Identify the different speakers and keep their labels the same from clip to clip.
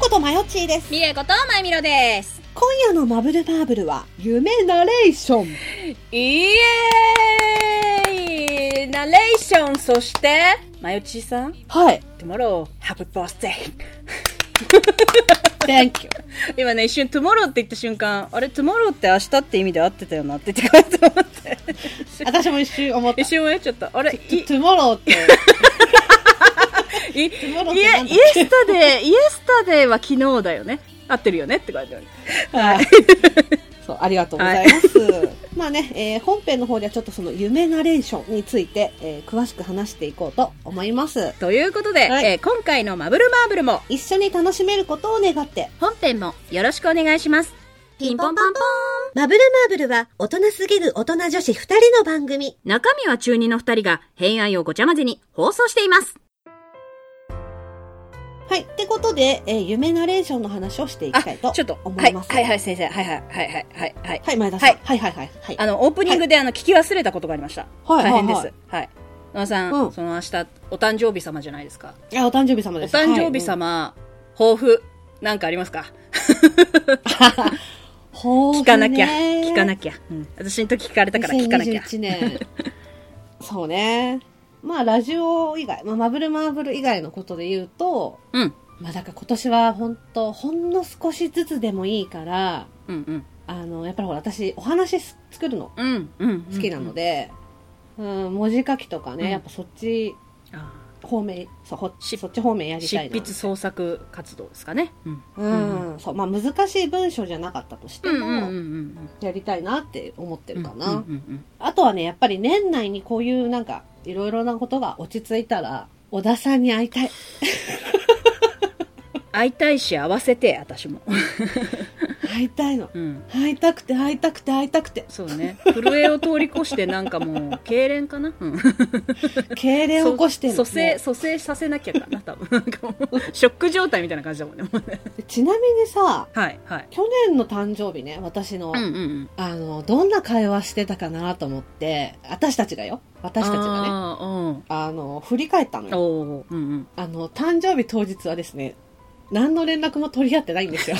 Speaker 1: ことまよっちーです。
Speaker 2: ミレことまゆみろです。
Speaker 1: 今夜のマブルマーブルは、夢ナレーション。
Speaker 2: イエーイナレーション、そして、まゆちさん、
Speaker 1: はい。
Speaker 2: tomorrow, happy birthday!
Speaker 1: Thank you.
Speaker 2: 今ね、一瞬 tomorrow って言った瞬間、あれ、tomorrow って明日って意味で合ってたよなって言って書いて思 って。
Speaker 1: 私も一瞬思 った
Speaker 2: 一。瞬迷っちゃった。 あれ、い、い、
Speaker 1: tomorrow って。
Speaker 2: い、イエ、イエ
Speaker 1: tomorrow ってなんだっけ
Speaker 2: スタデー、イエスタデーは昨日だよね。合ってるよねって書いてある。
Speaker 1: はい。そう、ありがとうございます。まあね、えー本編の方ではちょっとその夢ナレーションについて、えー詳しく話していこうと思います。
Speaker 2: ということで、
Speaker 1: はい
Speaker 2: えー今回のマブルマーブルも、
Speaker 1: 一緒に楽しめることを願って、
Speaker 2: 本編もよろしくお願いします。
Speaker 1: ピンポンパンポマブルマーブルは大人すぎる大人女子二人の番組。
Speaker 2: 中身は中二の二人が偏愛をごちゃ混ぜに放送しています。
Speaker 1: はい。ってことで、えー夢ナレーションの話をしていきたいと
Speaker 2: ちょっと、
Speaker 1: 思
Speaker 2: はい
Speaker 1: います。
Speaker 2: はいはい先生、はいはいはいはいはいはい。
Speaker 1: はい、前田さん。
Speaker 2: は
Speaker 1: はいい、はい、はい、はい。
Speaker 2: あの、オープニングであの、聞き忘れたことがありました。
Speaker 1: はい
Speaker 2: 大変で
Speaker 1: は
Speaker 2: す
Speaker 1: い。
Speaker 2: はい。野田さ、
Speaker 1: うんん
Speaker 2: その明日、お誕生日様じゃないですか。
Speaker 1: あ、お誕生日様
Speaker 2: お
Speaker 1: です。
Speaker 2: 誕生日
Speaker 1: はい。
Speaker 2: 様、抱負、なんかありますか
Speaker 1: うんほう
Speaker 2: 聞かなきゃ。聞か
Speaker 1: き
Speaker 2: なきゃ。うん。私の時聞かれたから聞かなきゃ。
Speaker 1: 2021年。そうね。まあ、ラジオ以外、まあ、マブルマーブル以外のことで言うと、
Speaker 2: うん。
Speaker 1: まあ、だから今年は本当ほんの少しずつでもいいから、
Speaker 2: うんうん。
Speaker 1: あの、やっぱりほら、私、お話す作るの
Speaker 2: うんうん。
Speaker 1: 好きなので、うん、文字書きとかね、
Speaker 2: うん
Speaker 1: やっぱそっち
Speaker 2: うん。あ
Speaker 1: 方面、そうほ
Speaker 2: し
Speaker 1: そっち方面やり
Speaker 2: 執
Speaker 1: たいな。
Speaker 2: 筆創作活動ですかね。うん。
Speaker 1: うん、そう、まあ難しい文章じゃなかったとして
Speaker 2: う
Speaker 1: も、
Speaker 2: んうんうんうん。
Speaker 1: やりたいなって思ってるかな。
Speaker 2: うんうんうん
Speaker 1: あとはね、やっぱり年内にこういうなんか、いろいろなことが落ち着いたら、小田さんに会いたい。
Speaker 2: 会いたいし、会わせて、私も。
Speaker 1: 会いたいの。
Speaker 2: うん。
Speaker 1: 会いたくて、会いたくて、会いたくて。
Speaker 2: そうね。震えを通り越して、なんかもう、痙攣かなうん。
Speaker 1: 痙攣を起こしてる、
Speaker 2: 蘇生、
Speaker 1: ね。
Speaker 2: 蘇生させなきゃかな、多分。なんかもう、ショック状態みたいな感じだもんね。もうね
Speaker 1: でちなみにさ、
Speaker 2: はい、はい。
Speaker 1: 去年の誕生日ね、私の、
Speaker 2: うんうんうん。
Speaker 1: あの、どんな会話してたかなと思って、私たちがよ。私たちがね。
Speaker 2: あー
Speaker 1: あの、振り返ったの
Speaker 2: うん。
Speaker 1: よ。
Speaker 2: おーうんうん。
Speaker 1: あの、誕生日当日はですね、何の連絡も取り合ってないん ですよ。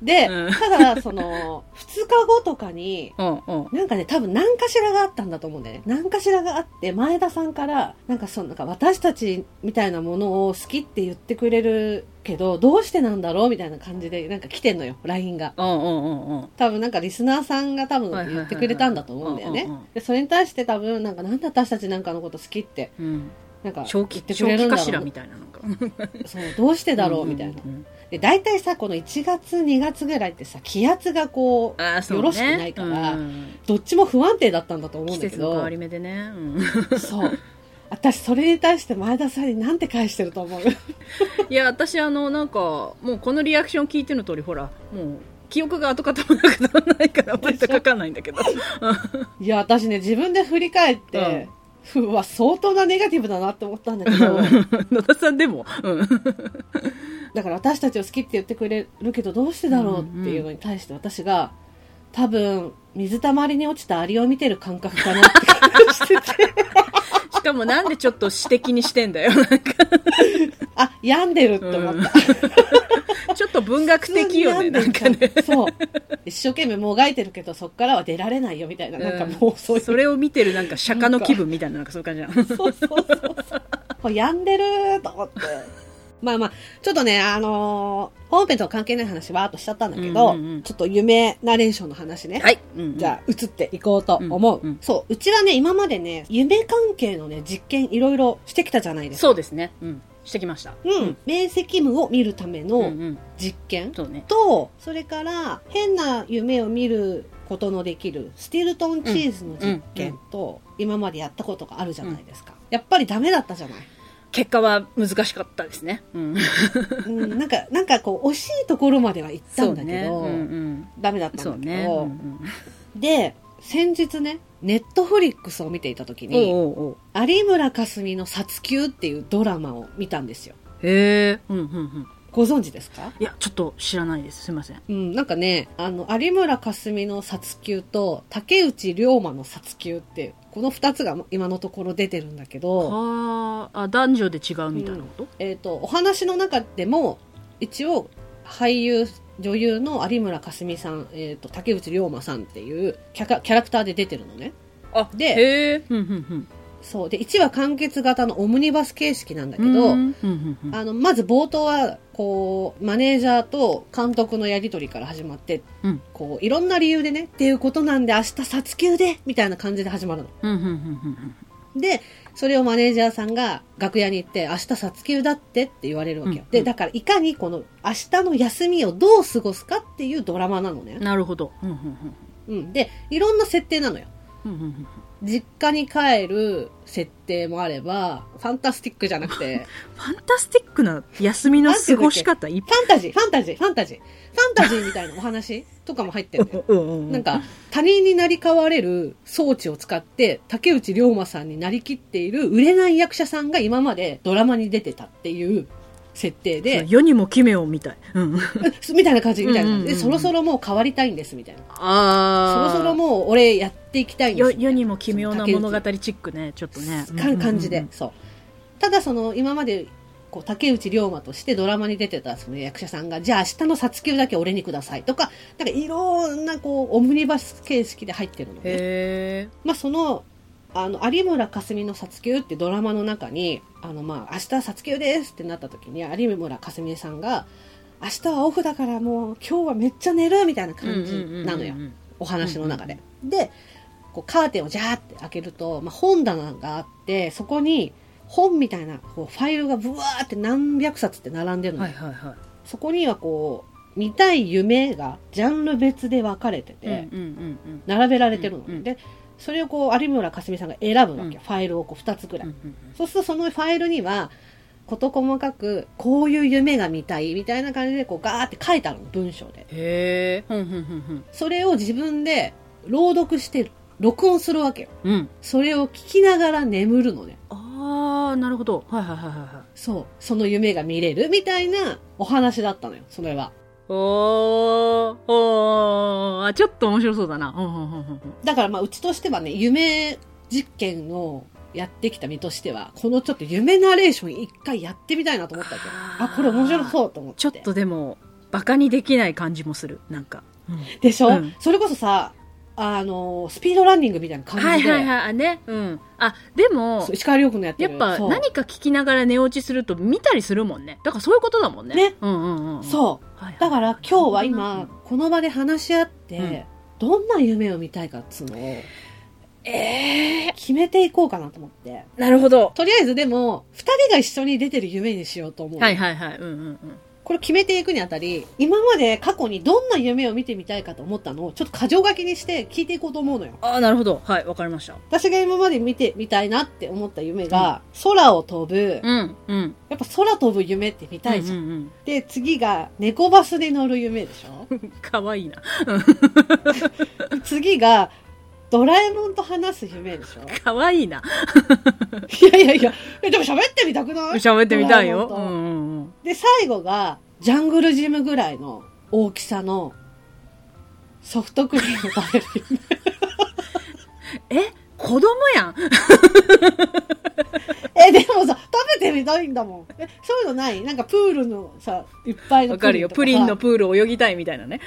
Speaker 1: で、
Speaker 2: うん
Speaker 1: ただ、その、2日後とかに、
Speaker 2: うんうん。
Speaker 1: なんかね、多分何かしらがあったんだと思うんだよね。何かしらがあって、前田さんから、なんかその、なんか私たちみたいなものを好きって言ってくれるけど、どうしてなんだろうみたいな感じで、なんか来てんのよ、LINE が。
Speaker 2: うんうんうんうん。
Speaker 1: 多分なんかリスナーさんが多分
Speaker 2: はいはいはい
Speaker 1: 言
Speaker 2: はい
Speaker 1: ってくれたんだと思うんだよ
Speaker 2: う
Speaker 1: ね
Speaker 2: んうんうん。
Speaker 1: で、それに対して多分なんかなんで私たちなんかのこと好きって、
Speaker 2: うん。
Speaker 1: なんか言
Speaker 2: 正
Speaker 1: っ
Speaker 2: 気、
Speaker 1: てく
Speaker 2: 正
Speaker 1: れる
Speaker 2: 気
Speaker 1: んだ
Speaker 2: か
Speaker 1: ろ
Speaker 2: しら
Speaker 1: う
Speaker 2: み。たいな、なんか。うん
Speaker 1: そう、どうしてだろうみたいな。
Speaker 2: うん
Speaker 1: で、大体さ、この1月2月ぐらいってさ、気圧がこ
Speaker 2: うん。ああ、そう
Speaker 1: よ
Speaker 2: ね。
Speaker 1: ろしくないから
Speaker 2: うん
Speaker 1: う、どっちも不安定だったんだと思う
Speaker 2: 季
Speaker 1: んだけ
Speaker 2: 節の変わ
Speaker 1: ど
Speaker 2: り、目でね。うん。
Speaker 1: そう。私、それに対して前田さんになんて返してると 思う
Speaker 2: いや私あのなんかもうこのリアクション聞いての通りほらもう記憶が跡形もなくならないからまた書かないんだけど
Speaker 1: いや、私ね、自分で振り返って、うわ、相当なネガティブだなって思ったんだけど、
Speaker 2: 野田さんでも、うん、
Speaker 1: だから私たちを好きって言ってくれるけどどうしてだろうっていうのに対して私が多分水たまりに落ちたアリを見てる感覚かなって感じして て
Speaker 2: しかもなんでちょっと私的にしてんだよなんか、
Speaker 1: あ病んでるって思った、
Speaker 2: うん、ちょっと文学的よねなんかね
Speaker 1: そう一生懸命もがいてるけどそっからは出られないよみたいな、なんかもうそういう
Speaker 2: それを見てるなんか釈迦の気分みたいななんかそういう感じなの
Speaker 1: そうそうそうそう。もう病んでると 思って。まあまあ、ちょっとね、あのー本編とは関係ない話わーっとしちゃったんだけど、
Speaker 2: うんうんうん
Speaker 1: ちょっと夢ナレーションの話ね。
Speaker 2: はい、うん、
Speaker 1: じゃあ、移っていこうと思う、
Speaker 2: うんうん
Speaker 1: そう、うちはね、今までね、夢関係のね、実験いろいろしてきたじゃないですか。
Speaker 2: そうですね、うん、してきました
Speaker 1: う。ん。面積無を見るため
Speaker 2: うんう
Speaker 1: の
Speaker 2: ん、
Speaker 1: 実験
Speaker 2: そうね
Speaker 1: と、それから、変な夢を見ることのできる、スティルトンチーズの実験と、今までやったことがあるじゃないですか。やっぱりダメだった じゃない。
Speaker 2: 結果は難しかったですね、 うん、
Speaker 1: うん、なんか、なんかこう、惜しいところまでは行ったんだけど、
Speaker 2: そうね、うんうん、
Speaker 1: ダメだった
Speaker 2: そうん
Speaker 1: だけ
Speaker 2: ね、
Speaker 1: ど、
Speaker 2: うん
Speaker 1: で、先日ね、ネットフリックスを見ていた時
Speaker 2: うん、お
Speaker 1: に、
Speaker 2: うおうおう
Speaker 1: 有村架純の殺球っていうドラマを見たんですよ。
Speaker 2: へえ、うんうんうん。
Speaker 1: ご存知ですか
Speaker 2: いやちょっと知らないですすいません
Speaker 1: うん、なんかね、あの、有村架純の殺球と、竹内涼真の殺球って、この二つが今のところ出てるんだけど、
Speaker 2: あーあ男女で違うみたいなこと、
Speaker 1: えっ、と、お話の中でも、一応、俳優、女優の有村架純さん、えっ、と、竹内涼真さんっていうキャラキャラクターで出てるのね。
Speaker 2: あ
Speaker 1: で
Speaker 2: へえうんうん
Speaker 1: そう。で、1話完結型のオムニバス形式なんだ
Speaker 2: う
Speaker 1: け
Speaker 2: ん
Speaker 1: ど、
Speaker 2: うんうんうん
Speaker 1: あの、まず冒頭は、こう、マネージャーと監督のやりとりから始まって、
Speaker 2: うん
Speaker 1: こう、いろんな理由でね、っていうことなんで明日殺球で、みたいな感じで始まるの。
Speaker 2: うんうんうんうん
Speaker 1: で、それをマネージャーさんが楽屋に行って、明日殺球だってって言われるわけよ。
Speaker 2: うん
Speaker 1: で、だからいかにこの明日の休みをどう過ごすかっていうドラマなの
Speaker 2: う
Speaker 1: ね
Speaker 2: ん。なるほどうんうん
Speaker 1: うん。で、いろんな設定なのよ。
Speaker 2: うんうんうんうん
Speaker 1: 実家に帰る設定もあれば、ファンタスティックじゃなくて、
Speaker 2: ファンタスティックな休みの過ごし方いっ
Speaker 1: ファンタジー、ファンタジー、ファンタジー。ファンタジーみたいなお話とかも入ってるんだよ。
Speaker 2: な
Speaker 1: なんか、他人になり変われる装置を使って、竹内涼真さんになりきっている売れない役者さんが今までドラマに出てたっていう設定で、
Speaker 2: 世にも奇妙みたい、うん、
Speaker 1: みたいな感じ、みたいな感じで、
Speaker 2: うんうんうん
Speaker 1: そろそろもう変わりたいんです、みたいな。そ
Speaker 2: あ
Speaker 1: ろそろもう俺やっていきたいんです
Speaker 2: よ
Speaker 1: みたいな。
Speaker 2: 世にも奇妙な物語
Speaker 1: その
Speaker 2: チックねちょっとね
Speaker 1: 竹内か感じ
Speaker 2: う
Speaker 1: で
Speaker 2: ん、
Speaker 1: そう。ただその、今まで、こう竹内涼真としてドラマに出てたその役者さんが、じゃあ明日の殺球だけ俺にくださいとか、なんかいろんなこう、オムニバス形式で入ってるのね。
Speaker 2: へ
Speaker 1: まあ、その、あの、有村架純の殺球ってドラマの中に、あの、まあ、明日殺球ですってなった時に、有村架純さんが、明日はオフだからもう今日はめっちゃ寝るみたいな
Speaker 2: え
Speaker 1: 感じなのよ
Speaker 2: うんう。ん
Speaker 1: お話の中で。で、こうカーテンをジャーって開けると、まあ、本棚があって、そこに本みたいなこうファイルがブワーって何百冊って並んでる
Speaker 2: うん
Speaker 1: の、
Speaker 2: はいはいは
Speaker 1: そこにはこう、見たい夢がジャンル別で分かれて
Speaker 2: い
Speaker 1: て、
Speaker 2: うんうんうん
Speaker 1: 並べられてるの、
Speaker 2: うんうん
Speaker 1: でそれをこう有村架純さんが選ぶわけよ、
Speaker 2: うん
Speaker 1: ファイルをこう2つぐらい、
Speaker 2: うんうん
Speaker 1: そうするとそのファイルには事細かくこういう夢が見たいみたいな感じでこうガーって書いてあるの文章で
Speaker 2: へえうんうんうん
Speaker 1: それを自分で朗読して録音するわけよ
Speaker 2: うんうん
Speaker 1: それを聞きながら眠るのね
Speaker 2: ああなるほどはいはいはいはいはい
Speaker 1: そうその夢が見れるみたいなお話だったのよそれは
Speaker 2: おーおーあちょっと面白そうだなうんうんうんうん
Speaker 1: だからまあうちとしてはね夢実験をやってきた身としてはこのちょっと夢ナレーション一回やってみたいなと思ったわけど
Speaker 2: あー
Speaker 1: あこれ面白そうと思って
Speaker 2: ちょっとでもバカにできない感じもするなんか、うん
Speaker 1: でしょ、
Speaker 2: うん
Speaker 1: それこそさあのスピードランニングみたいな感
Speaker 2: はい
Speaker 1: じで、
Speaker 2: はいはいあねうんあでも
Speaker 1: そう石川遼君のやって
Speaker 2: やっ
Speaker 1: る
Speaker 2: ぱ
Speaker 1: そう
Speaker 2: 何か聞きながら寝落ちすると見たりするもんねだからそういうことだもんね
Speaker 1: ね
Speaker 2: うんうんうんう、
Speaker 1: そう
Speaker 2: はいはい
Speaker 1: だから今日は今この場で話し合って、
Speaker 2: うん
Speaker 1: どんな夢を見たいかっつうのを
Speaker 2: ええ
Speaker 1: 決めていこうかなと思って
Speaker 2: なるほど
Speaker 1: とりあえずでも2人が一緒に出てる夢にしようと思う、
Speaker 2: はいはいはいうんうんうん
Speaker 1: これ決めていくにあたり、今まで過去にどんな夢を見てみたいかと思ったのを、ちょっと箇条書きにして聞いていこうと思うのよ。
Speaker 2: ああなるほどはいわかりました
Speaker 1: 私が今まで見てみたいなって思った夢が、空を飛ぶ、
Speaker 2: うんうん
Speaker 1: やっぱ空飛ぶ夢って見たいじゃん。
Speaker 2: うんうん
Speaker 1: で、次が猫バスで乗る夢でし ょ
Speaker 2: うん、かわいいな
Speaker 1: で次が、ドラえもんと話す夢 でしょ
Speaker 2: かわいいない
Speaker 1: やいやいや、えでも喋ってみたくない
Speaker 2: 喋ってみたいよ
Speaker 1: ド
Speaker 2: う
Speaker 1: ラえ
Speaker 2: ん
Speaker 1: もんと
Speaker 2: うんうん
Speaker 1: で、最後が、ジャングルジムぐらいの大きさのソフトクリーム食べる夢
Speaker 2: え子供やん
Speaker 1: え、でもさ、食べてみたいんだもん。え、そういうのないなんかプールのさ、いっぱいの
Speaker 2: わかるよプリンの
Speaker 1: と
Speaker 2: プールを泳ぎたいみたいなね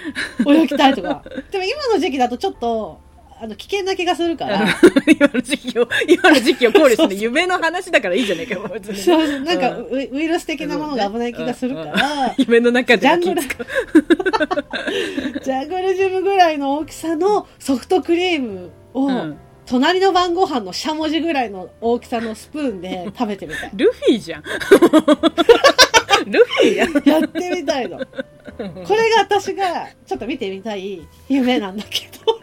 Speaker 1: さ泳ぎたいとか。でも今の時期だとちょっと、あの、危険な気がするから。
Speaker 2: 今の時期を、今の時期を考慮するの夢の話だからいいじゃない か、別に
Speaker 1: そうそう、なんか
Speaker 2: うん
Speaker 1: ウイウイルス的なものが危ない気がするか
Speaker 2: うん
Speaker 1: ら、
Speaker 2: 夢の中で
Speaker 1: ジャ
Speaker 2: も
Speaker 1: ン
Speaker 2: 気
Speaker 1: グル
Speaker 2: 使う。
Speaker 1: ジャングルジムぐらいの大きさのソフトクリームを、
Speaker 2: うん。
Speaker 1: 隣の晩ご飯のしゃもじぐらいの大きさのスプーンで食べてみたい
Speaker 2: ルフィじゃん。ルフィやん。
Speaker 1: やってみたいの。これが私がちょっと見てみたい夢なんだけど。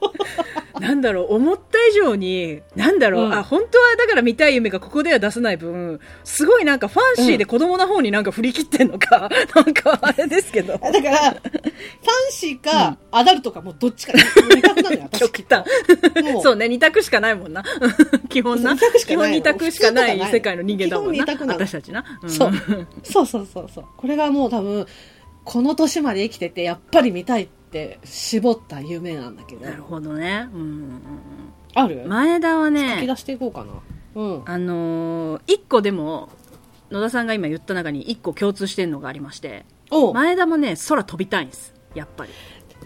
Speaker 2: なんだろう思った以上になんだろう、
Speaker 1: うん
Speaker 2: あ本当はだから見たい夢がここでは出せない分すごいなんかファンシーで子供の方になんか振り切ってんのか、 なんかあれですけど
Speaker 1: だから、ファンシーか、アダルトか、もうどっちか、二択なのよ、 私。
Speaker 2: 極端
Speaker 1: もう
Speaker 2: そうね、二択しかないもんな。 基本
Speaker 1: そ
Speaker 2: な。
Speaker 1: う二択しか
Speaker 2: 基
Speaker 1: な
Speaker 2: 本
Speaker 1: い
Speaker 2: 二択しかな
Speaker 1: 普通とかない
Speaker 2: い世界の人間だもんな。
Speaker 1: 基本二択なの
Speaker 2: 私たちな。うん
Speaker 1: そうそうそうそうそう。これがもう多分、この年まで生きてて、やっぱり見たいって絞った夢なんだけど
Speaker 2: な。るほどね。うんうん
Speaker 1: ある
Speaker 2: うん。前田は
Speaker 1: 書き
Speaker 2: ね、
Speaker 1: 出していこうかな。うん。
Speaker 2: あのー一個でも、野田さんが今言った中に一個共通してんのがありまして、
Speaker 1: おう
Speaker 2: 前田もね、空飛びたいんです。やっぱり。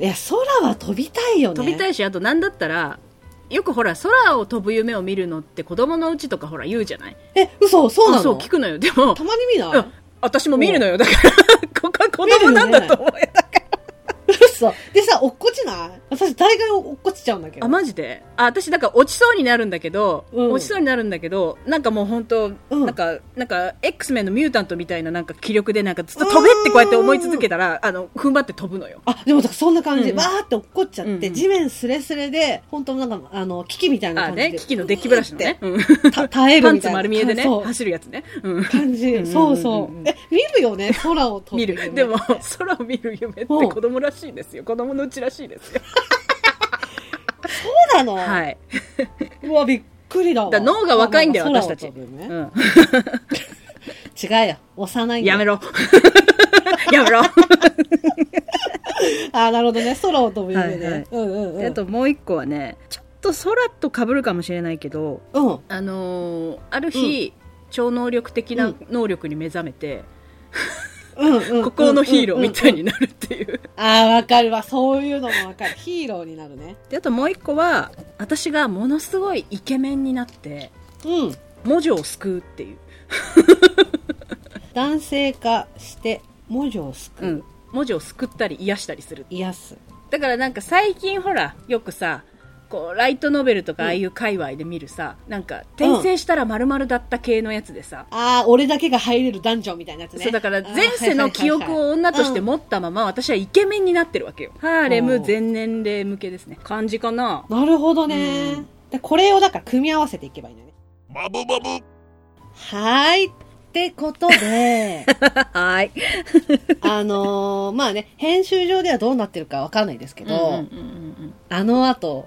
Speaker 1: いや、空は飛びたいよね。
Speaker 2: 飛びた
Speaker 1: い。
Speaker 2: いし、あとなんだったら、よくほら、空を飛ぶ夢を見るのって子供のうちとかほら言うじゃない
Speaker 1: え、嘘そうな
Speaker 2: あそう、
Speaker 1: の
Speaker 2: 聞くのよ。でも
Speaker 1: た、まに見
Speaker 2: う
Speaker 1: ない
Speaker 2: ん私も見るのよ。だから、ここは子供なんだと思うよ。
Speaker 1: 嘘でさ、落っこちない私、大概落っこちちゃうんだけど。
Speaker 2: あマジであ私だから落ちそうになるんだけど、
Speaker 1: うん
Speaker 2: 落ちそうになるんだけどなんかもう本当、
Speaker 1: うん
Speaker 2: なんかなんか X メンのミュータントみたいななんか気力でなんかずっと飛べってこうやって思い続けたらあの踏ん張って飛ぶのよ
Speaker 1: あ、でもだからそんな感じ。
Speaker 2: うん
Speaker 1: わーって落っこっちゃって、
Speaker 2: うんうん
Speaker 1: 地面すれすれで、本当なんか、あの、機器みたいな
Speaker 2: あ
Speaker 1: 感じで。
Speaker 2: ね機器のデッキブラシのね、うん
Speaker 1: うーって。 た耐え
Speaker 2: パ
Speaker 1: る
Speaker 2: ン
Speaker 1: み
Speaker 2: ツ
Speaker 1: たいな。
Speaker 2: 丸見えでね
Speaker 1: そう
Speaker 2: 走るやつね、うん、
Speaker 1: 感じ。そうそう。え、見るよね、空を飛ぶ
Speaker 2: 見
Speaker 1: 夢。
Speaker 2: るでも空を見る夢って
Speaker 1: うん
Speaker 2: 子供らしいですよ子供のうちらしいですよ
Speaker 1: そうなの、
Speaker 2: はい、
Speaker 1: うわ、びっくりだわ。
Speaker 2: だから脳が若いんだよ
Speaker 1: 空を
Speaker 2: 私たち
Speaker 1: 飛ぶ
Speaker 2: う
Speaker 1: 夢
Speaker 2: ん、
Speaker 1: 違うよ。幼いんだよ
Speaker 2: やめろやめろ
Speaker 1: あ、なるほどね。空を飛ぶ夢ね。
Speaker 2: はいはい
Speaker 1: うんうんうん。
Speaker 2: あともう一個はねちょっと空と被るかもしれないけど
Speaker 1: うん。
Speaker 2: あのーある日、超能力的
Speaker 1: う
Speaker 2: なん能力に目覚めて、
Speaker 1: うんうんうん。
Speaker 2: 心のヒーローみたい
Speaker 1: うんうん
Speaker 2: になるっていう。
Speaker 1: うん。あー、わかるわ。そういうのもわかる。ヒーローになるね。
Speaker 2: で、あともう一個は、私がものすごいイケメンになって、
Speaker 1: うん。
Speaker 2: 文字を救うっていう。
Speaker 1: 男性化して、文字を救う。
Speaker 2: 文字を救ったり癒したりする。
Speaker 1: 癒す。
Speaker 2: だからなんか最近ほら、よくさ、こう、ライトノベルとかああいう界隈で見るさ、なんか、転生したら〇〇だった系のやつでさ、
Speaker 1: ああ、俺だけが入れるダンジョンみたいなやつね。
Speaker 2: そうだから前世の記憶を女として
Speaker 1: も
Speaker 2: 持ったまま私はイケメンになってるわけよハーレ
Speaker 1: お
Speaker 2: ム
Speaker 1: ー
Speaker 2: 全年齢向けですね感じかな
Speaker 1: なるほどね、
Speaker 2: うん
Speaker 1: で。これをだから組み合わせていけばいいんだね。
Speaker 3: マブマブ
Speaker 1: はーい。ってこと で、
Speaker 2: はい
Speaker 1: あのーまあね、編集上ではどうなってるかわかんないですけ
Speaker 2: う
Speaker 1: ど、
Speaker 2: んうん
Speaker 1: あの後、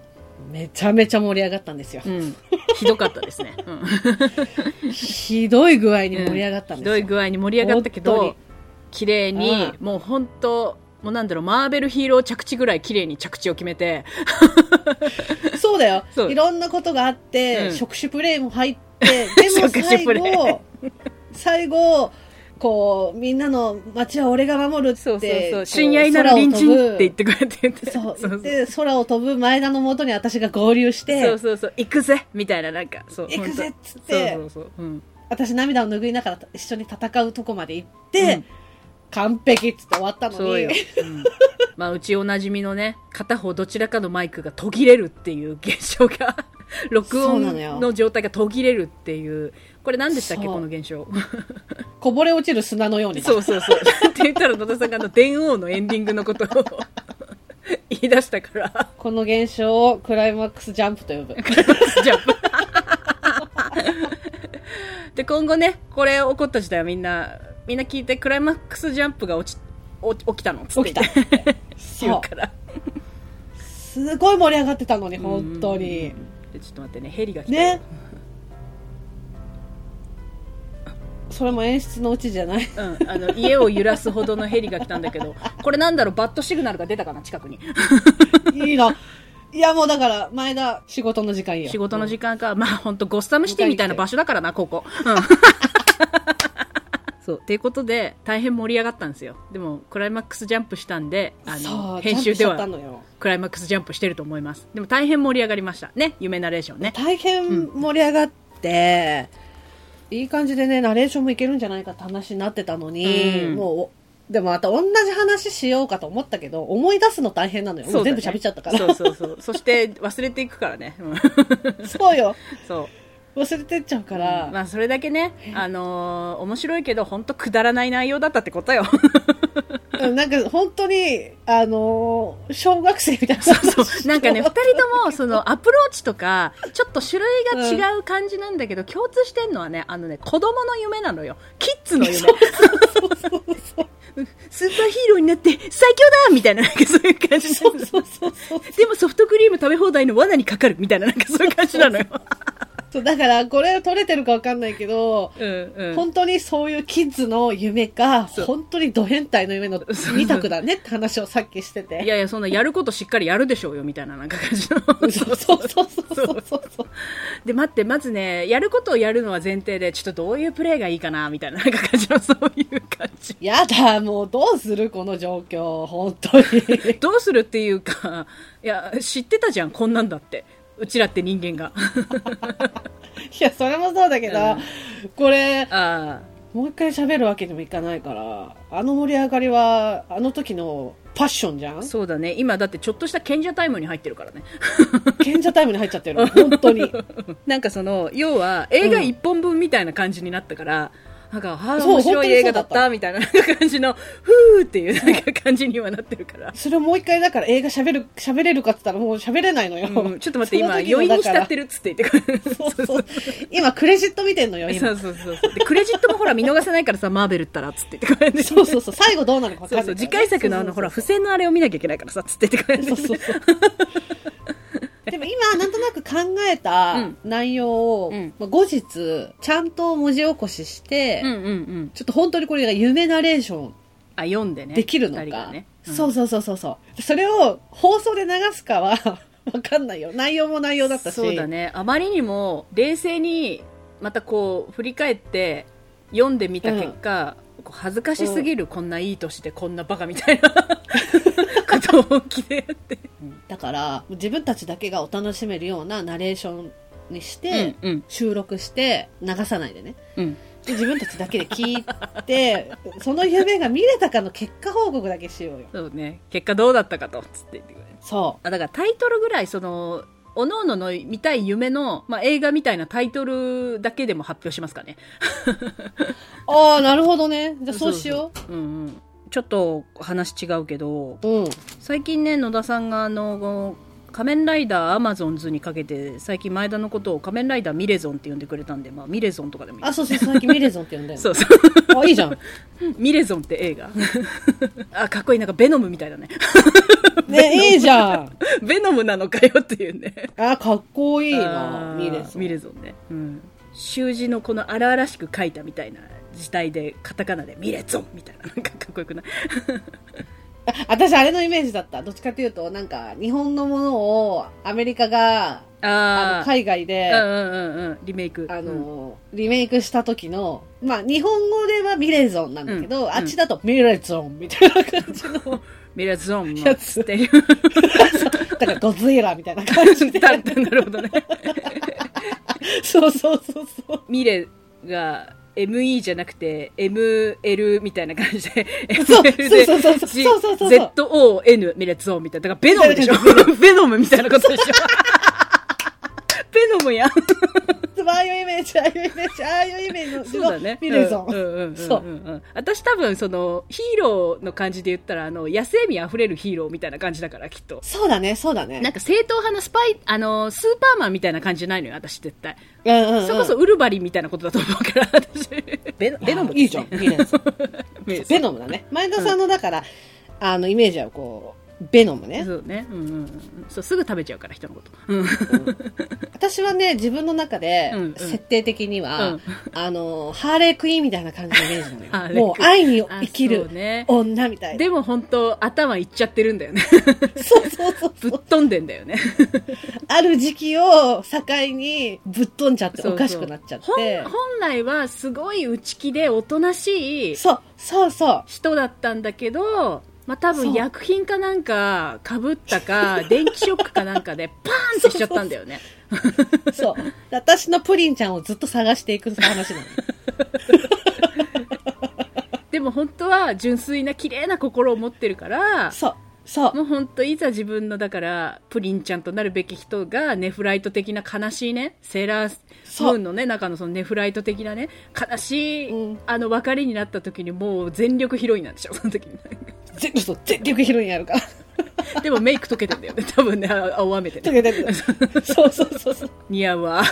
Speaker 1: めちゃめちゃ盛り上がったんですよ
Speaker 2: うんう。んうんひどかったですね、うん
Speaker 1: ひどい具合に盛り上がったん
Speaker 2: ひ
Speaker 1: です
Speaker 2: ど
Speaker 1: よ。
Speaker 2: い具合に盛り上がったけ
Speaker 1: 本
Speaker 2: ど綺麗に
Speaker 1: う
Speaker 2: もう本当もうなんだろうマーベルヒーロー着地ぐらい綺麗に着地を決めて
Speaker 1: そうだよ
Speaker 2: そ。う
Speaker 1: いろんなことがあって、
Speaker 2: うん
Speaker 1: 触手プレイも入 って、でも
Speaker 2: 触手
Speaker 1: 最
Speaker 2: プレ
Speaker 1: 後、最後、こう、みんなの街は俺が守るって、
Speaker 2: そうそうそ
Speaker 1: こ
Speaker 2: う親愛なる隣人って言ってくれてて
Speaker 1: そう。
Speaker 2: そうそう
Speaker 1: で、空を飛ぶ前田のもとに私が合流し
Speaker 2: そう
Speaker 1: て、
Speaker 2: そうそう行くぜみたいななんかそう
Speaker 1: 行くぜっつっ
Speaker 2: 本当
Speaker 1: て
Speaker 2: そうそうそう、うん、
Speaker 1: 私涙を拭いながら一緒に戦うとこまで行って、
Speaker 2: うん
Speaker 1: 完璧っつって終わったの
Speaker 2: そう
Speaker 1: に
Speaker 2: よ、、うん、まあうちおなじみのね片方どちらかのマイクが途切れるっていう現象が 録
Speaker 1: そう
Speaker 2: 音
Speaker 1: なのよ
Speaker 2: の状態が途切れるっていうこれ何でしたっけ
Speaker 1: そう
Speaker 2: この 現象
Speaker 1: こぼれ落ちる砂のように。
Speaker 2: そうそうそうって言ったら野田さんがあの電王のエンディングのことを 言い出したから
Speaker 1: この現象をクライマックスジャンプと呼ぶ。
Speaker 2: ジャンプ で今後ねこれ起こった時代はみんなみんな聞いてクライマックスジャンプが落ちお起きたのっつっ
Speaker 1: 起
Speaker 2: て
Speaker 1: きた。
Speaker 2: 言
Speaker 1: そう
Speaker 2: うから
Speaker 1: すごい盛り上がってたのに、本当
Speaker 2: う
Speaker 1: に
Speaker 2: ん。でちょっと待ってねヘリが来たよ
Speaker 1: ね。それも演出のうちじゃ ない。
Speaker 2: うん、あの家を揺らすほどのヘリが来たんだけどこれなんだろうバッドシグナルが出たかな近くに
Speaker 1: いいな。いや、もうだから、前田、仕事の時間いいよ。
Speaker 2: 仕事の時間かまあ本当ゴッサムシティみたいな場所だからなここ、うん、 そうっていうことで大変盛り上がったんですよでもクライマックスジャンプしたんであ
Speaker 1: そ
Speaker 2: の
Speaker 1: う
Speaker 2: 編集で
Speaker 1: ジャ
Speaker 2: は
Speaker 1: ンプしちゃったのよ
Speaker 2: クライマックスジャンプしてると思いますでも大変盛り上がりましたね夢ナレーションね
Speaker 1: 大変盛り上がって、いい感じでね、ナレーションもいけるんじゃないかって話になってたのに、
Speaker 2: うん
Speaker 1: もう、でもまた同じ話しようかと思ったけど、思い出すの大変なのよ。も
Speaker 2: そううだ
Speaker 1: 全
Speaker 2: ね
Speaker 1: 部喋っちゃったから。
Speaker 2: そうそうそうそして忘れていくからねう ん
Speaker 1: そうよ。
Speaker 2: そう
Speaker 1: 忘れてっちゃうから。
Speaker 2: まあそれだけね、あのー面白いけど本当くだらない内容だったってことよ
Speaker 1: うんなんか本当に、あのー小学生みたいな。
Speaker 2: そう そう。 なんかね、二人とも、その、アプローチとか、ちょっと種類が違う感じなんだけど、共通してんのはね、あのね、子供の夢なのよ。キッズの夢。スーパーヒーローになって最強だみたいな、なんかそういう感じな
Speaker 1: そ
Speaker 2: ん
Speaker 1: う
Speaker 2: だ
Speaker 1: そうそうそう。
Speaker 2: でもソフトクリーム食べ放題の罠にかかるみたいな、なんかそういう感じなのよ。
Speaker 1: そうだから、これ取れてるかわかんないけど、
Speaker 2: うんうん。
Speaker 1: 本当にそういうキッズの夢か、
Speaker 2: そう
Speaker 1: 本当にド変態の夢の
Speaker 2: そう
Speaker 1: 二択だねって話をさっきしてて。
Speaker 2: いやいや、そんなやることしっかりやるでしょうよ、みたいな、なんか感じの。
Speaker 1: そうそうそうそうそうそうそう。
Speaker 2: で、待って、まずね、やることをやるのは前提で、ちょっとどういうプレーがいいかな、みたいな、なんか感じの、そういう感じ。
Speaker 1: やだ、もうどうするこの状況、本当に。
Speaker 2: どうするっていうか、いや、知ってたじゃん、こんなんだって。うちらって人間が。
Speaker 1: いや、それもそうだけど、これ、
Speaker 2: あ
Speaker 1: もう一回喋るわけにもいかないから、あの盛り上がりは、あの時のパッションじゃん
Speaker 2: あ、そうだね。今、だってちょっとした賢者タイムに入ってるからね。
Speaker 1: 賢者タイムに入っちゃってる。本当に。
Speaker 2: なんかその、要は、映画一本分みたいな感じになったから、なんか、ああ、
Speaker 1: そう
Speaker 2: 面白い映画だっ
Speaker 1: 本当にそうだった
Speaker 2: た、みたいななんか感じの、ふーっていう、なんか感じにはなってるから。
Speaker 1: それをもう一回だから映画喋る、喋れるかって言ったらもう喋れないのよ。
Speaker 2: うんちょっと待って、今、
Speaker 1: その時の
Speaker 2: 余韻に浸って
Speaker 1: だ
Speaker 2: るっつって言ってくる。
Speaker 1: からそうそう。今、クレジット見てんのよ、
Speaker 2: そ
Speaker 1: 今。
Speaker 2: うそうそうそう。で、クレジットもほら見逃せないからさ、マーベルったら、つって言ってくれるんで
Speaker 1: そうそうそう。最後どうなるか分かん
Speaker 2: そ
Speaker 1: な
Speaker 2: う
Speaker 1: いか
Speaker 2: そ
Speaker 1: ら
Speaker 2: う。
Speaker 1: ね。
Speaker 2: 次回作のあの、ほら、付箋のあれを見なきゃいけないからさ、つって言ってくれるんで
Speaker 1: そうそうそう。でも今、なんとなく考え
Speaker 2: う
Speaker 1: た
Speaker 2: ん
Speaker 1: 内容を、
Speaker 2: うん
Speaker 1: まあ、後日、ちゃんと文字起こしして、
Speaker 2: うんうんうん。
Speaker 1: ちょっと本当にこれが夢ナレーション
Speaker 2: あ、読んでね。
Speaker 1: できるの
Speaker 2: 二人
Speaker 1: か、
Speaker 2: がね。
Speaker 1: そううそうそうそうそうそれを放送で流すかは わかんないよ内容も内容だったし
Speaker 2: そうだね。あまりにも、冷静に、またこう、振り返って、読んでみた結果、こう恥ずかしすぎる、こんないい年でこんなバカみたいな ことを本気でやって。
Speaker 1: だから自分たちだけがお楽しめるようなナレーションにして、
Speaker 2: うんうん
Speaker 1: 収録して流さないでね
Speaker 2: うん。
Speaker 1: で自分たちだけで聞いて その夢が見れたかの結果報告だけしようよ
Speaker 2: そうね。結果どうだったかと、つって言ってくれる。
Speaker 1: そ
Speaker 2: あだからタイトルぐらいそのおのおのの見たい夢の、まあ、映画みたいなタイトルだけでも発表しますかね
Speaker 1: うああなるほどねじゃあそうしよ
Speaker 2: う、うんうん、ちょっと話違うけど
Speaker 1: ううん
Speaker 2: 最近ね野田さんがあの仮面ライダーアマゾンズにかけて最近前田のことを仮面ライダーミレゾンって呼んでくれたんで、まあ、ミレゾンとかでもいい
Speaker 1: あそうそう最近ミレゾンって呼んだよね
Speaker 2: そうそう
Speaker 1: あいいじゃん
Speaker 2: ミレゾンって映画 あかっこいいなんかベノムみたいだね
Speaker 1: ねいいじゃん
Speaker 2: ベノムなのかよっていうね
Speaker 1: あかっこいい
Speaker 2: あ
Speaker 1: な
Speaker 2: ー
Speaker 1: ミレゾン
Speaker 2: ミレゾンね、うん、習字のこの荒々しく書いたみたいな字体でカタカナでミレゾンみたいななんかかっこよくない
Speaker 1: あ 私あれのイメージだったどっちかというとなんか日本のものをアメリカがあの
Speaker 2: あ
Speaker 1: 海外
Speaker 2: あ
Speaker 1: で、
Speaker 2: うんうんうんうんリメイク
Speaker 1: あ
Speaker 2: うん
Speaker 1: のリメイクした時のまあ日本語ではミレゾンなんだけど、
Speaker 2: うん
Speaker 1: あっちだとミレゾンみたいな感じの、
Speaker 2: ミレゾンの
Speaker 1: やつ
Speaker 2: っていう
Speaker 1: だからゴズイラみたいな感じで
Speaker 2: なるほどね
Speaker 1: そうそうそうそう
Speaker 2: ミレが ME じゃなくて ML みたいな感じで
Speaker 1: そう
Speaker 2: ML で
Speaker 1: そうそうそうそう
Speaker 2: G-
Speaker 1: そうそうそう
Speaker 2: ZON ミレゾンみたいなだからベノム でしょベノムみたいなことで しょベノムやん
Speaker 1: ああいうイメージああいうイメージああいうイメージ
Speaker 2: そう
Speaker 1: の
Speaker 2: だね。
Speaker 1: ミレゾン、
Speaker 2: うんうんうんうんうん
Speaker 1: そ
Speaker 2: 私多分そのヒーローの感じで言ったらあの野生味あふれるヒーローみたいな感じだからきっと。
Speaker 1: そうだねそうだね
Speaker 2: なんか正統派なスパイ、あのスーパーマンみたいな感じじゃないのよ、私絶対。
Speaker 1: うんうんうん
Speaker 2: それこそウルバリンみたいなことだと思うから、私。 ベノ
Speaker 1: あいいじゃんミレゾンベノムだね前田さんのだから、あのイメージはこうベノムね
Speaker 2: そうね。うんうんうん。そう、すぐ食べちゃうから、人のこと。うん。
Speaker 1: 私はね、自分の中で
Speaker 2: うんうん、
Speaker 1: 設定的には、
Speaker 2: うん
Speaker 1: あの、ハーレークイーンみたいな感じのイメージ
Speaker 2: ハ
Speaker 1: な
Speaker 2: ー
Speaker 1: のよ。
Speaker 2: レークイーン
Speaker 1: もう愛に
Speaker 2: あ
Speaker 1: 生きる
Speaker 2: そうね
Speaker 1: 女みたいな。
Speaker 2: でも本当、頭いっちゃってるんだよ ね。
Speaker 1: そうそうそう
Speaker 2: ぶ
Speaker 1: そ
Speaker 2: っ
Speaker 1: う。
Speaker 2: 飛んでんだよね。
Speaker 1: ある時期を境にぶっ飛んじゃって
Speaker 2: そうそう
Speaker 1: おかしくなっちゃって。
Speaker 2: 本本来はすごい内気でおとなしい
Speaker 1: そう、そうそう。
Speaker 2: 人だったんだけど、まあ、多
Speaker 1: そ
Speaker 2: 分
Speaker 1: う
Speaker 2: 薬品かなんかかぶっ たか電気ショックかなんかでパーンってしちゃったんだよね
Speaker 1: そう。私のプリンちゃんをずっと探していく話なの。
Speaker 2: でも本当は純粋な綺麗な心を持ってるから
Speaker 1: そう、そう。
Speaker 2: もう本当いざ自分のだからプリンちゃんとなるべき人がネフライト的な悲しいねセーラーム
Speaker 1: そう
Speaker 2: ーンのね中のそのネフライト的なね悲しい、
Speaker 1: うん
Speaker 2: あの別れになった時にもう全力ヒロインなんでしょその時に
Speaker 1: 全部そう全力ヒロインやる から
Speaker 2: でもメイク溶けてんだよね多分ねあ青雨で
Speaker 1: 溶
Speaker 2: ね
Speaker 1: けてるそうそうそうそう
Speaker 2: 似合うわ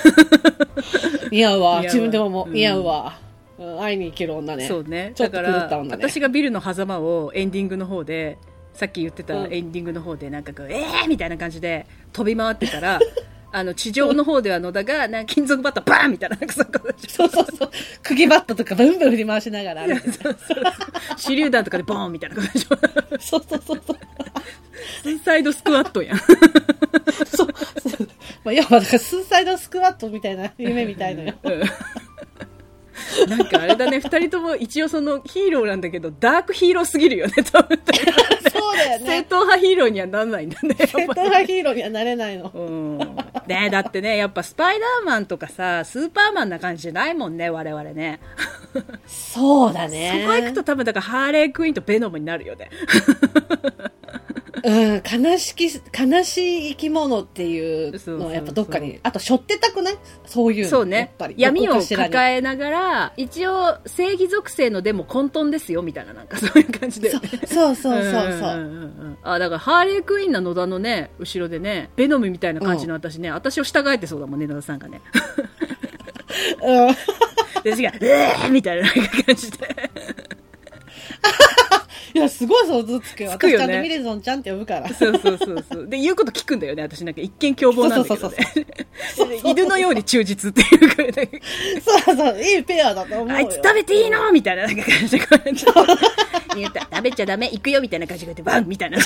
Speaker 1: 似合うわ
Speaker 2: 似合うわ
Speaker 1: 自分でも思う、
Speaker 2: うん
Speaker 1: 似合うわ、うん会いに行ける女ね
Speaker 2: そうね
Speaker 1: ちょっと
Speaker 2: だか
Speaker 1: 狂
Speaker 2: ら
Speaker 1: った女ね
Speaker 2: 私がビルの狭間をエンディングの方でさっき言ってた
Speaker 1: うん
Speaker 2: エンディングの方でなんかこう、えーみたいな感じで飛び回って たらあの地上の方では野田がなんか金属バットバーンみたいななんかそういうこと
Speaker 1: そうそうそう釘バットとかブンブン振り回しながら歩いて
Speaker 2: 手榴弾とかでボーンみたいなこと でしょ
Speaker 1: そうそうそうそう
Speaker 2: スーサイドスクワットやん
Speaker 1: そうそうまあ要はだからスーサイドスクワットみたいな夢みたいのよ
Speaker 2: うんなんかあれだね2人とも一応そのヒーローなんだけどダークヒーローすぎるよね多分
Speaker 1: そうだよ
Speaker 2: 正
Speaker 1: ね
Speaker 2: 統派ヒーローにはなんないんだねやっぱ
Speaker 1: セットラヒーローにはなれないの
Speaker 2: うんねだってねやっぱスパイダーマンとかさスーパーマンな感じじゃないもんね我々ね
Speaker 1: そうだ
Speaker 2: そ
Speaker 1: ね
Speaker 2: こ行くと多分だからハーレークイーンとベノムになるよね
Speaker 1: うん、悲しき、悲しい生き物っていう
Speaker 2: そうそう
Speaker 1: の
Speaker 2: そう
Speaker 1: はやっぱどっかに、あと背負ってたくないそういうの。
Speaker 2: そう
Speaker 1: やっ
Speaker 2: ね
Speaker 1: ぱり。
Speaker 2: 闇
Speaker 1: どこ
Speaker 2: を
Speaker 1: かしらに
Speaker 2: 抱えながら一応正義属性のでも混沌ですよみたいななんかそういう感じで、ね、
Speaker 1: そうそうそうそうそう。
Speaker 2: んんんうんあだからハーレークイーンな野田のね後ろでねベノムみたいな感じの私ね、私を従えてそうだもんね野田さんがね
Speaker 1: うん。
Speaker 2: で私が「えー!」みたいななんか感じで
Speaker 1: いや、すごい想像つくよ。
Speaker 2: つくよ
Speaker 1: 私ち
Speaker 2: ね
Speaker 1: ゃんとミレゾンちゃんって呼ぶから。
Speaker 2: そうそうそうそうで言うこと聞くんだよね私なんか一見凶暴なんだけどね
Speaker 1: そうそうそうそう
Speaker 2: 犬のように忠実っていうかなんか
Speaker 1: そうそう、いいペアだと思うよ。
Speaker 2: あいつ食べていいのみたいななんか感じでこうやって言った食べちゃダメ行くよみたいな感じでこうやってバンみたいな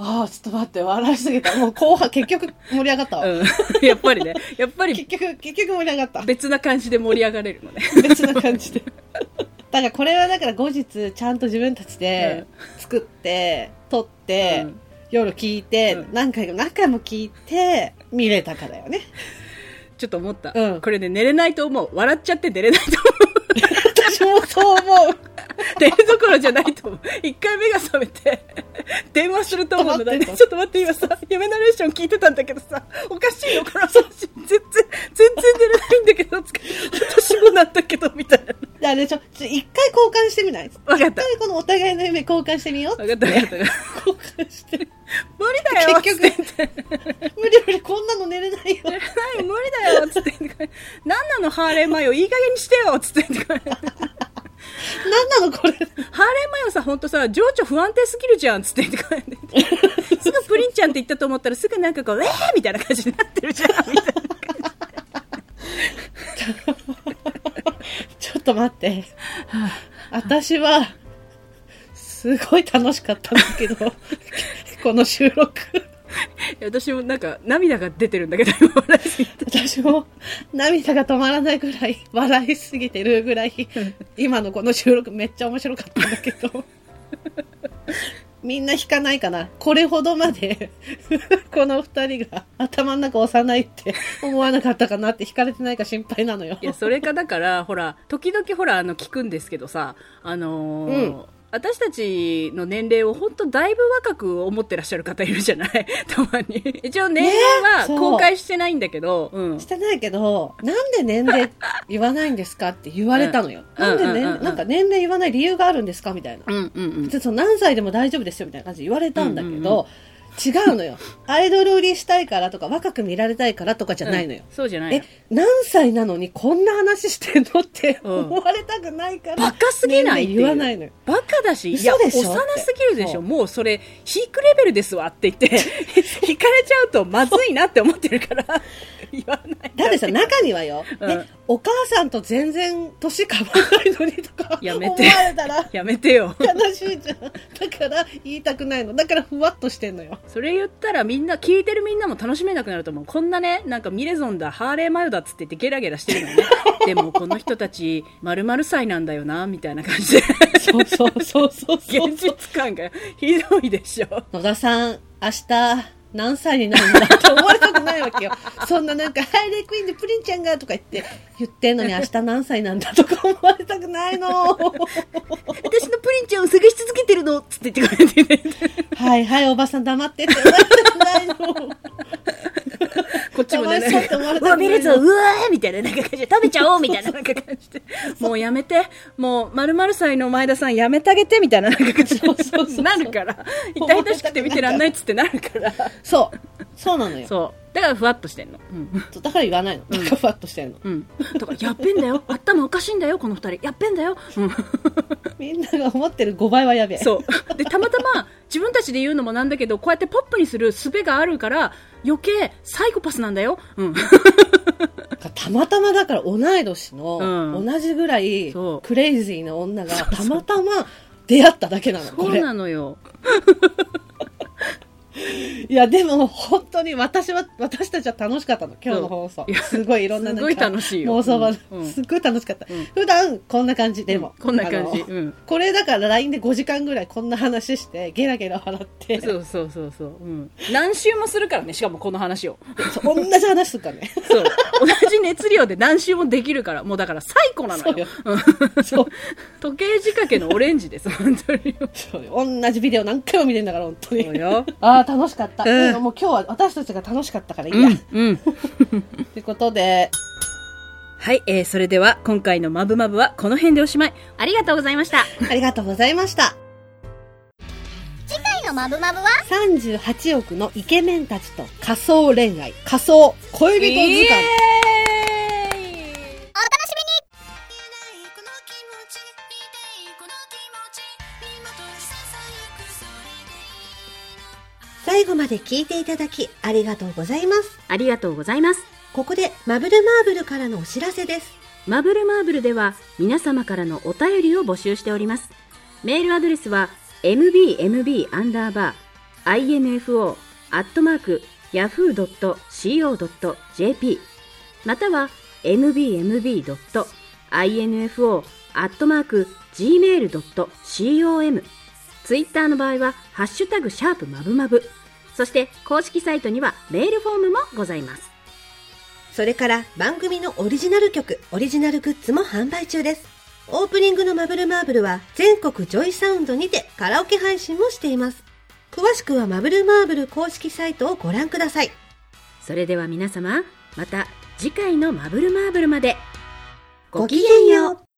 Speaker 1: ああ、ちょっと待って、笑いすぎた。もう後半、結局盛り上がったわ。
Speaker 2: うんやっぱりねやっぱり
Speaker 1: 結局、結局盛り上が った。
Speaker 2: 別な感じで盛り上がれるのね
Speaker 1: 別な感じで。 だからこれはだから後日ちゃんと自分たちで作って、撮って、
Speaker 2: うん
Speaker 1: 夜聞いて、
Speaker 2: うん
Speaker 1: 何回も何回も聞いて、見れたかだよね。
Speaker 2: ちょっと思った、
Speaker 1: うん
Speaker 2: これね寝れないと思う笑っちゃって寝れないと思
Speaker 1: 私もそう思う。
Speaker 2: う寝るどころじゃないと思う一回目が覚めて 電話すると思うのだね
Speaker 1: ちょっと待って
Speaker 2: ちょっと待って今さ夢ナレーション聞いてたんだけどさおかしいよこの話全然全然寝れないんだけどつか私もなんだけどみたいな
Speaker 1: じゃあね、ちょ、ちょ一回交換してみない一
Speaker 2: わかった
Speaker 1: 回このお互いの夢交換してみよう。
Speaker 2: 分かった分かった
Speaker 1: 交換して。
Speaker 2: 無理だよ
Speaker 1: 結局
Speaker 2: つって言って
Speaker 1: 無理無理、こんなの寝れないよ。
Speaker 2: 寝れない無理だよつって言って何なのハーレーマヨいい加減にしてよつって言ってハーレ
Speaker 1: 何なのこれ。
Speaker 2: ーマヨさほんとさ情緒不安定すぎるじゃんつって 言ってすぐプリンちゃんって言ったと思ったらすぐなんかこうえーみたいな感じになってるじゃんみたい
Speaker 1: ちょっと待って。私は、すごい楽しかったんだけど、 この収録。
Speaker 2: ないや私もなんか涙が出てるんだけど今笑いすぎて
Speaker 1: 私も涙が止まらないぐらい笑いすぎてるぐらい今のこの収録めっちゃ面白かったんだけどみんな引かないかなこれほどまでこの二人が頭の中押さないって思わなかったかなって引かれてないか心配なのよ
Speaker 2: いやそれかだからほら時々ほらあの聞くんですけどさあのー
Speaker 1: うん
Speaker 2: 私たちの年齢を本当だいぶ若く思ってらっしゃる方いるじゃない たまに一応年齢は
Speaker 1: ねそう
Speaker 2: 公開してないんだけど、うん
Speaker 1: してないけどなんで年齢言わないんですかって言われたのよ、
Speaker 2: うん
Speaker 1: なんで、ね
Speaker 2: うんうんうん
Speaker 1: なんか年齢言わない理由があるんですかみたいな
Speaker 2: うんうんうん
Speaker 1: 別にその何歳でも大丈夫ですよみたいな感じで言われたんだけど、違うのよ。アイドル売りしたいからとか、若く見られたいからとかじゃないのよ
Speaker 2: うん。そうじゃない
Speaker 1: え、何歳なのにこんな話してんのって
Speaker 2: うん
Speaker 1: 思われたくないから。
Speaker 2: バカすぎないってい
Speaker 1: 年齢
Speaker 2: う
Speaker 1: 言わないのよ。
Speaker 2: バカだしいや
Speaker 1: 嘘
Speaker 2: 幼
Speaker 1: でしょ
Speaker 2: すぎるでし
Speaker 1: そ
Speaker 2: ょ
Speaker 1: う
Speaker 2: もうそれ引くレベルですわって言って 引かれちゃうとまずいなって思ってるから言わない
Speaker 1: だってさ、中にはよ、
Speaker 2: うん
Speaker 1: ね、お母さんと全然年変わらないのにとか、
Speaker 2: やめ
Speaker 1: 思わ
Speaker 2: て
Speaker 1: れたら
Speaker 2: やめてよ
Speaker 1: 悲しいじゃん。だから言いたくないの。だからふわっとしてんのよ。
Speaker 2: それ言ったらみんな聞いてるみんなも楽しめなくなると思うこんなねなんかミレゾンだハーレーマヨだっつって言ってゲラゲラしてる のにねでもこの人たち〇〇歳なんだよなみたいな感じで
Speaker 1: そうそうそうそうそう
Speaker 2: 現。実感がひどいでしょ
Speaker 1: 野田さん、明日、何歳になるんだって思われたくないわけよ。そんななんか、ハイレークイーンでプリンちゃんがとか言って、言って んのに明日何歳なんだとか思われたくないの。
Speaker 2: 私のプリンちゃんを探し続けてるのっつって言ってくれて、ね、
Speaker 1: はいはい、おばさん黙ってって思われたくないの。
Speaker 2: こっちもね
Speaker 1: かわいそうって思われたく
Speaker 2: このビールズをうわーみたいななんか感じで食べちゃおうみたいななんか感じでもうやめてもう〇〇歳の前田さんやめてあげてみたいななんか感じ
Speaker 1: そうそうそうそ
Speaker 2: で
Speaker 1: う
Speaker 2: なるから痛々しくて見てらんないっつってなるから
Speaker 1: そうそうなのよ
Speaker 2: そうだからふわっとしてんのうん
Speaker 1: だから言わないのだからふわっとしてるの、
Speaker 2: うん だからやっべんだ よ頭おかしいんだよこの二人やっべんだよ、うん、
Speaker 1: みんなが思ってる5倍はやべえ
Speaker 2: そうでたまたま自分たちで言うのもなんだけどこうやってポップにする術があるから余計サイコパスなんだよ、 うん、
Speaker 1: たまたまだから同い年の
Speaker 2: うん
Speaker 1: 同じぐらい
Speaker 2: そう
Speaker 1: クレイジーな女がたまたま出会っただけなの
Speaker 2: そ
Speaker 1: こ
Speaker 2: う
Speaker 1: れ
Speaker 2: なのよ
Speaker 1: いやでも本当に私は私たちは楽しかったの今日の放送
Speaker 2: うんいや
Speaker 1: すごいいろんな
Speaker 2: す
Speaker 1: なん
Speaker 2: ごい楽しいよ
Speaker 1: 妄想話、
Speaker 2: うんうん
Speaker 1: すっごい楽しかった、
Speaker 2: うん
Speaker 1: 普段こんな感じでも、
Speaker 2: うんこんな感じ
Speaker 1: あの
Speaker 2: うん
Speaker 1: これだから LINE で5時間ぐらいこんな話してゲラゲラ笑って
Speaker 2: そうそうそうそう、うん、何周もするからねしかもこの話を
Speaker 1: そう同じ話するから ね
Speaker 2: そう同じ熱量で何周もできるからもうだからサイコなのようん
Speaker 1: そう
Speaker 2: 時計仕掛けのオレンジです本当に
Speaker 1: そうよ同じビデオ何回も見てんだから本当
Speaker 2: そう
Speaker 1: に
Speaker 2: よ
Speaker 1: ああ楽しかった、
Speaker 2: うん
Speaker 1: でももう今日は私たちが楽しかったからいいうや、
Speaker 2: んうん
Speaker 1: ってことで
Speaker 2: はい、えー、それでは今回の「まぶまぶ」はこの辺でおしまいありがとうございました
Speaker 1: ありがとうございました
Speaker 3: 次回のマブマブは
Speaker 1: 38億のイケメンたちと仮想恋愛仮想恋人図鑑
Speaker 2: エーイ
Speaker 3: お楽しみに
Speaker 4: 消えないこの気持ち見ていいこの気持ち今とささやくそれ
Speaker 5: 最
Speaker 4: でいい
Speaker 5: 後まで聞いていただきありがとうございます。
Speaker 2: ありがとうございます
Speaker 5: ここでマブルマーブルからのお知らせです。
Speaker 2: マブルマーブルでは皆様からのお便りを募集しております。メールアドレスは mbmb-info-yahoo.co.jp または mbmb.info-gmail.com ツイッターの場合はハッシュタグシャープマブマブそして公式サイトにはメールフォームもございます。
Speaker 5: それから番組のオリジナル曲、オリジナルグッズも販売中です。オープニングのマブルマーブルは全国ジョイサウンドにてカラオケ配信もしています。詳しくはマブルマーブル公式サイトをご覧ください。
Speaker 2: それでは皆様また次回のマブルマーブルまで
Speaker 5: ごきげんよう。